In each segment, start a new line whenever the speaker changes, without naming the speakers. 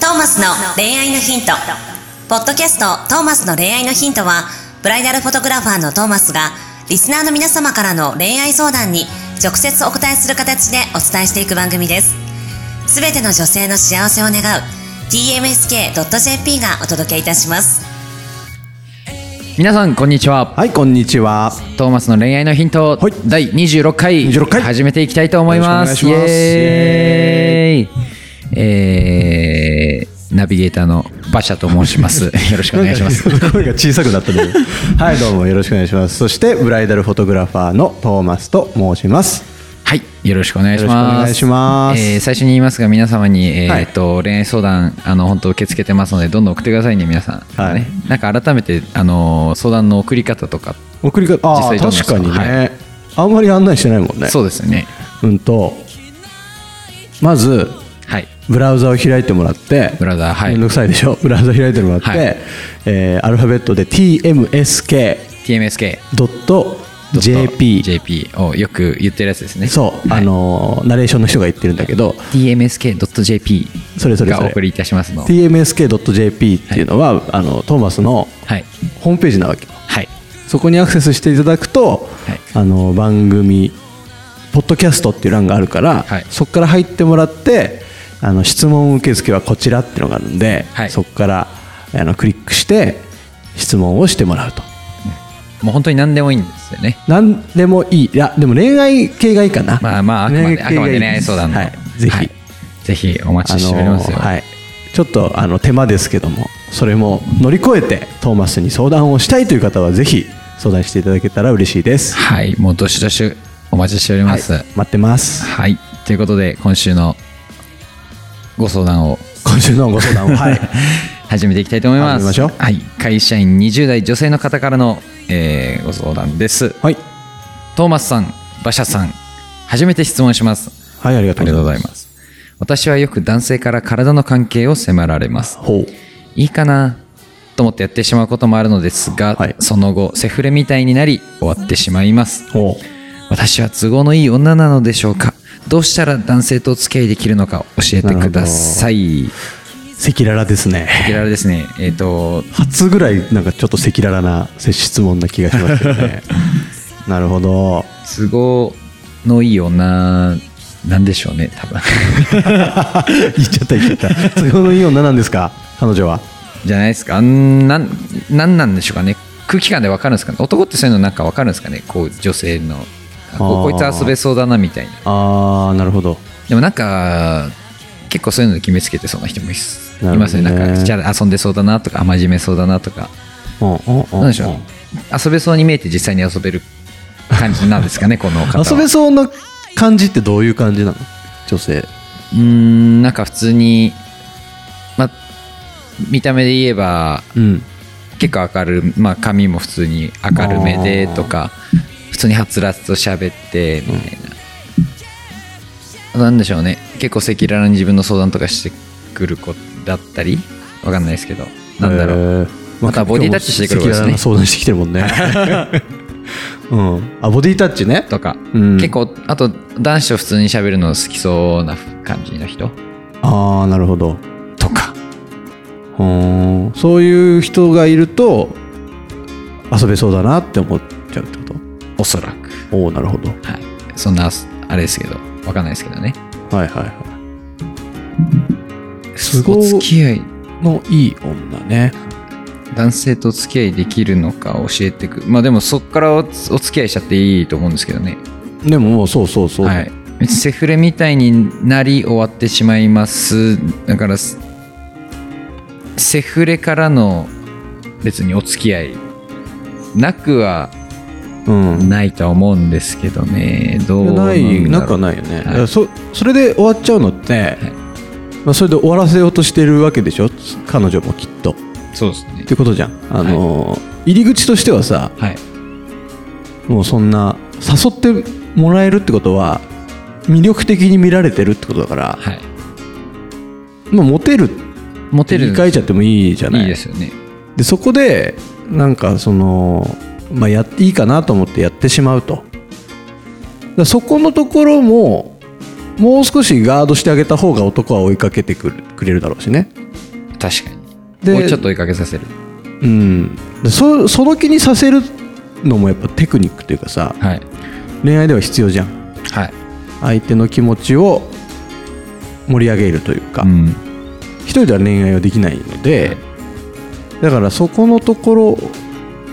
トーマスの恋愛のヒント。ポッドキャストトーマスの恋愛のヒントは、ブライダルフォトグラファーのトーマスが、リスナーの皆様からの恋愛相談に直接お答えする形でお伝えしていく番組です。すべての女性の幸せを願う、tmsk.jp がお届けいたします。
皆さんこんにちは
はい、こんにちは。
トーマスの恋愛のヒント、
はい
第26回
26回
始めていきたいと思います
よろしくお願いします
イエーイえーナビゲーターの馬車と申します よろしくお願いします
声が小さくなった ので。はい、どうもよろしくお願いします。そして、ブライダルフォトグラファーのトーマスと申します。
はいよろしくお願いします
よろしくお願いします
えー最初に言いますが皆様に、えー
は
え
い
ーと恋愛相談あの本当受け付けてますのでどんどん送ってくださいね皆さん、
はい
ねなんか改めてあの相談の送り方とか、
送り方、ああ、
実際どうなんです
確
か
かにね、
は
あんまり案内してないもんね。
そうですよね
うんと、まず、
はい
ブラウザを開いてもらって、
ブラウザはい
めんどくさいでしょ。ブラウザ開いてもらって、
はい
えーアルファベットで tmsk.jp。
TMSK JP をよく言ってるやつですね
そう、
はい
あのーナレーションの人が言ってるんだけど、
tmsk.jp
それそれそ
が
れ
お送りいたしますの
tmsk.jp っていうのは、あのトーマスの
はい
ホームページなわけ
はい
そこにアクセスしていただくと、
はい
あの番組「ポッドキャスト」っていう欄があるから、
はい
そこから入ってもらってあの質問受付はこちらっていうのがあるんで、
はい
そこからあのクリックして質問をしてもらうと
もう本当に何でもいいんですよね
何でもいいいやでも恋愛系がいいかな
まあまああくまであくまで恋愛相談の、
はい、ぜひ、
はいぜひお待ちしておりますよ、
あのーはい、ちょっとあの手間ですけどもそれも乗り越えてトーマスに相談をしたいという方はぜひ相談していただけたら嬉しいです、
はいもうどしどしお待ちしており
は
ま
い
すはい、、
待ってます
ということで今週のご相談を
今週のご相談をはい
始めていきたいと思います
始めましょう
はい、会社員20代女性の方からの、えーご相談です
はい、
トーマスさん馬車さん初めて質問します
はい、ありが
あ
と
りがと
う
う
ご
ご
ざ
ざ
い
い
ま
ますす。私はよく男性から体の関係を迫られます。
ほう
いいかなと思ってやってしまうこともあるのですが、
はい
その後、セフレみたいになり終わってしまいます。
ほ
私は都合のいい女なのでしょうかどうしたら男性とお付き合いできるのか教えてください。
う赤裸々です
い
ね
られですね。えっ、と、
初ぐらいなんかちょっと赤裸々な質問な気がしますけどね なるほど
都合のいい女なんでしょうね、多分。
言っちゃった言っち ゃった都合のいい女なんですか彼女は
じゃないですか。あんなん、なんなんでしょうかね。空気感でわかるんですかね。男ってそういうのなんかわかるんですかね。こう、女性の。あこ
あ
う
ー
こいつ遊べそうだなみたいな。
ああなるほど
でもなんか、結構そういうので決めつけてそうな人もいます
なるほどね
いますね。なんか、じゃあ遊んでそうだなとか、あ真面目そうだなとか。
うんうんうん
なんでしょう。遊べそうに見えて実際に遊べる感じなんですか ね、この方は。
遊べそうな感じってどういう感じなの女性
うーん、なんか普通に、まあ、見た目で言えば、
うん
結構明るい、まあ、髪も普通に明るめでとか普通にはつらつと喋ってみたいな、なんでしょうね結構赤裸々に自分の相談とかしてくる子だったりわかんないですけどなんだろう、
う
またボディタッチしてくる子ですね
相談してきてるもん ねうんあボディタッチね
とか、
うん
結構あと男子と普通に喋るの好きそうな感じの人
ああなるほど
とか
うんそういう人がいると遊べそうだなって思っちゃうってこ
おそらく、
とおおなるほど
はい、そんなあれですけどわかんないですけどね
はいはいはいすごい
お付き合い
のいい女ね
男性とお付き合いできるのか教えてくまあでもそっからおお付き合いしちゃっていいと思うんですけどね
でももうそうそうそう、
はい別にセフレみたいになり終わってしまいますだからすセフレからの別にお付き合いなくは
うん
ないとは思うんですけどねどう
な
ないん
な
だ
んか
ろう
ないよね、
はい
そそれで終わっちゃうのって、まあ、それで終わらせようとしてるわけでしょ彼女もきっとっ
そうですね
てことじゃん、あのー入り口としてはさ
はい
もうそんな誘ってもらえるってことは魅力的に見られてるってことだから、
はい
まあ、モテるって
モテ
言
る
い換えちゃってもいいじゃない
いいですよね
でそこでなんかその、まあ、やっていいかなと思ってやってしまうとだからそこのところももう少しガードしてあげた方が男は追いかけてくるくれるだろうしね
確かに
で
もうちょっと追いかけさせる
うんでそその気にさせるのもやっぱテクニックというかさ
はい
恋愛では必要じゃん
はい
相手の気持ちを盛り上げるというか、
うん
一人では恋愛はできないのでだからそこのところ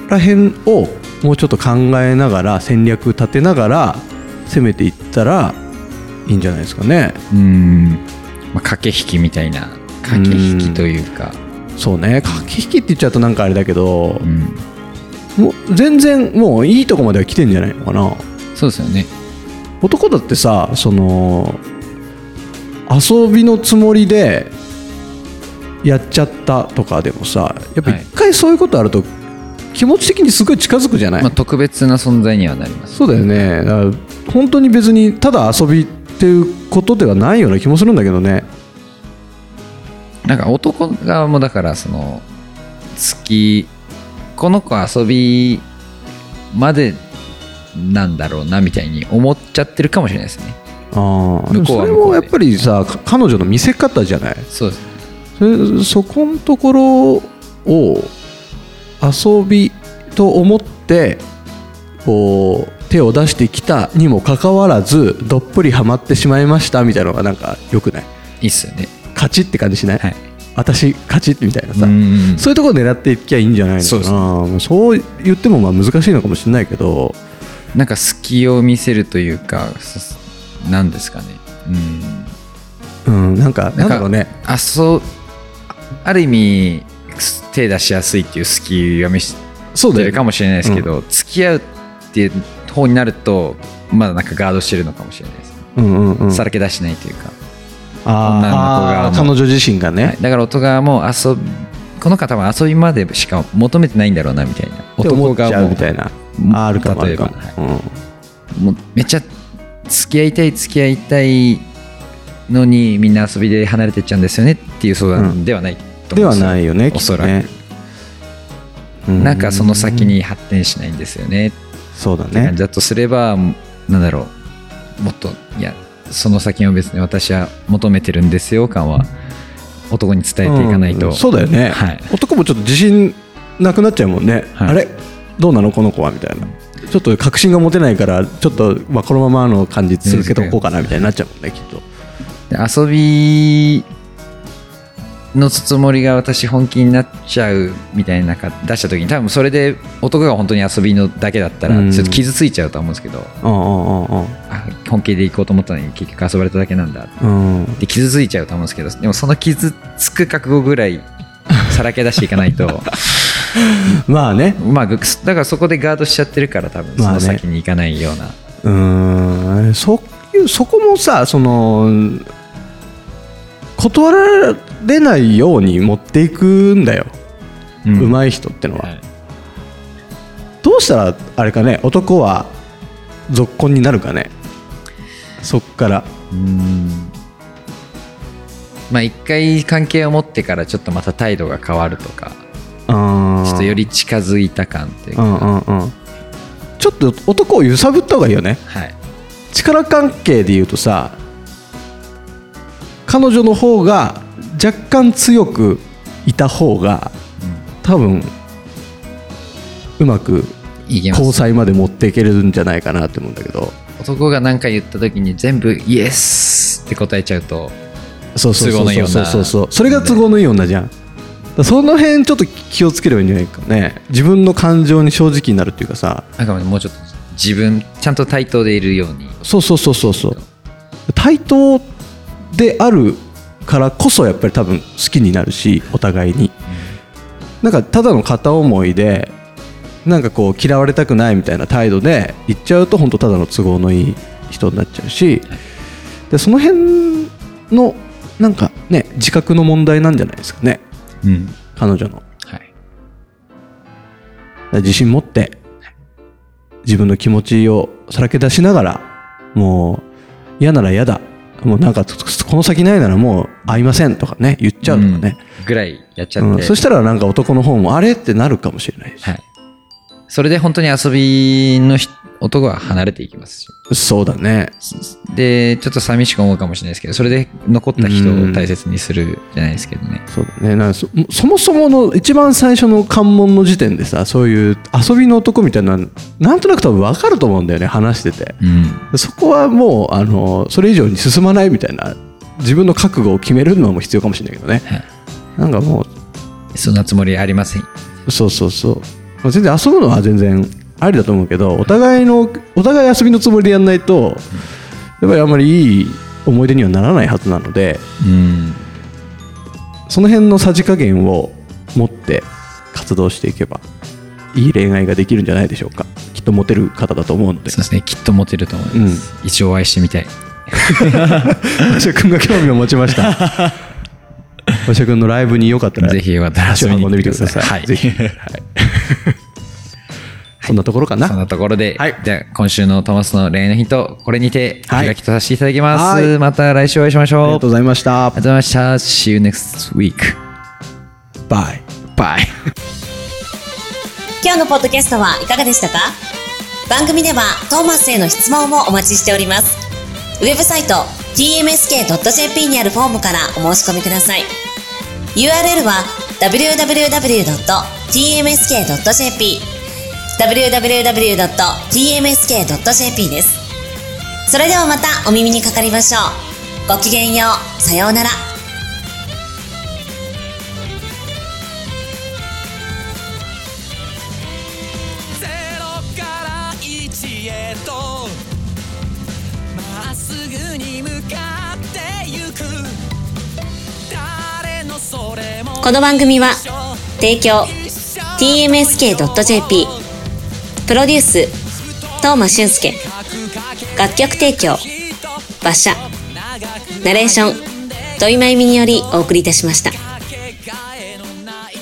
らへんをもうちょっと考えながら戦略立てながら攻めていったらいいんじゃないですかね
うん、まあ、駆け引きみたいな駆け引きというか
そうね駆け引きって言っちゃうとなんかあれだけど
う、ん
もう全然もういいとこまでは来てんじゃないのかな
そうですよね
男だってさその遊びのつもりでやっちゃったとかでもさやっぱ
はい
一回そういうことあると気持ち的にすごい近づくじゃない、
まあ特別な存在にはなります
そうだよねだから本当に別にただ遊びっていうことではないような気もするんだけどね
なんか男側もだからその好きこの子遊びまでなんだろうなみたいに思っちゃってるかもしれないですね
あ
向
あ
こう
そ
は
れ
向こう
も
で
やっぱりさか彼女の見せ方じゃない
そうです
それそこのところを遊びと思ってこう手を出してきたにもかかわらずどっぷりハマってしまいましたみたいなのがなんかよくない
いいっすよね
勝ちって感じしない、
はい
私勝ちみたいなさ、
うん
そういうところ狙っていきゃいいんじゃないのかなそう,、言ってもまあ難しいのかもしれないけど
なんか隙を見せるというかすなんですかねうん
うんなん
な
かなんん
か
だろうね
あそうあある意味す手出しやすいっていう隙を見せ
そう
て
だ
る
よ
かもしれないですけど、付き合うっていう方になるとまだなんかガードしてるのかもしれないですね、
うんうんうん
さらけ出しないというか女の子が
あーあー彼女自身がね、
はい、だから男側も遊びこの方は遊びまでしか求めてないんだろうなみたいな
って思
男
っちゃ
側
う
も
みたいな
うん
ああるかもあ
例
る
え
か
ば
も、うん
もうめっちゃ付き合いたい付き合いたいのにみんな遊びで離れてっちゃうんですよねっていう相談ではないと
で
思うんす
は
よ
ないよね、
おそらく、
きっとねう
なんかその先に発展しないんですよねって
そうだ
感
ね
じだとすればなんだろうもっといやその先も別に私は求めてるんですよ感は男に伝えていかないと、
うんそうだよね、
はい
男もちょっと自信なくなっちゃうもんね、
はい
あれどうなのこの子はみたいなちょっと確信が持てないからちょっと、まあ、このままの感じ続けておこうかなみたいになっちゃうもんねきっと
で遊びのつもりが私本気になっちゃうみたいなか出した時に多分それで男が本当に遊びのだけだった
う
ら
ん
ちょっと傷ついちゃうとは思うんですけど、
うんうん
あ本気で行こうと思ったのに結局遊ばれただけなんだ
うんうん
で傷ついちゃうと思うんですけどでもその傷つく覚悟ぐらいさらけ出していかない と
まあね
まあぐだからそこでガードしちゃってるから多分
ま
そ
あ
の
ね
先に行かないような、
うーんそういうそこもさその断られないように持っていくんだよ、
うん
上手い人っての
は
は、
い
どうしたらあれかね男は続婚になるかねそっから
うんまあ一回関係を持ってからちょっとまた態度が変わるとか
あー
ちょっとより近づいた感っていう
う
か、
んうんうんちょっと男を揺さぶった方がいいよね
はい
力関係で言うとさ彼女の方が若干強くいた方が多分うまく
いけま
交
す
際まで持っていけるんじゃないかなって思うんだけど
男が何か言った時に全部「イエス!」って答えちゃうと
そうそう
都合のいい
そう
女
そうそうそうそれが都合のいい女じゃんだからその辺ちょっと気をつければいいんじゃないかね自分の感情に正直になるっていうかさ
なんかもうちょっと自分ちゃんと対等でいるように
そうそうそうそうそう対等であるからこそやっぱり多分好きになるしお互いに、なんかただの片思いでなんかこう嫌われたくないみたいな態度で言っちゃうと本当ただの都合のいい人になっちゃうしでその辺のなんかね自覚の問題なんじゃないですかね
うん
彼女の
はい
だから自信持って自分の気持ちをさらけ出しながらもう嫌なら嫌だもうなんかこの先ないならもう会いませんとかね言っちゃうとかね、
うんぐらいやっちゃ
う
っ
ん
て、
そしたらなんか男の方もあれってなるかもしれないし、
はい、それで本当に遊びのひ男は離れていきますし
そうだね
でちょっと寂しく思うかもしれないですけどそれで残った人を大切にするじゃないですけどね、
そうだねなんかそそもそもの一番最初の関門の時点でさそういう遊びの男みたいなのなんとなく多分分かると思うんだよね話してて
うん、
そこはもうあのそれ以上に進まないみたいな自分の覚悟を決めるのも必要かもしれないけどね
はい
なんかも
そんなつもりありません
うそうそうそうまあ全然遊ぶのは全然ありだと思うけどお互いのお互い遊びのつもりでやんないとやっぱりあんまりいい思い出にはならないはずなので
うん
その辺のさじ加減を持って活動していけばいい恋愛ができるんじゃないでしょうかきっとモテる方だと思うので
そうですねきっとモテると思います、一応お会いしてみたい
和く君が興味を持ちました和く君のライブによかったら
ぜひよかったら
足を
遊びに
運ん
来
で
て
み
くだ
てく
さ
だ
いは
さい
い
ぜひはいそんなところかな
そんなところで、
はい
じゃあ今週のトマスの恋愛のヒントこれにて
はい
開きとさせていただきます、
はい
また来週お会いしまし
あり
ょう
がとうございました
ありがとうございました See you next week
バイ
bye
今日のポッドキャストはいかがでしたか番組ではトーマスへの質問もお待ちしております。ウェブサイト tmsk.jp にあるフォームからお申し込みください。URL は www.tmsk.jp www.tmsk.jp です。それではまたお耳にかかりましょう。ごきげんよう。さようなら。
ゼロから一へとまっすぐに向かってゆく誰のそれも
この番組は提供 TMSK.jp プロデュース東間俊介楽曲提供馬車ナレーション土井真由美によりお送りいたしました
かけがえのない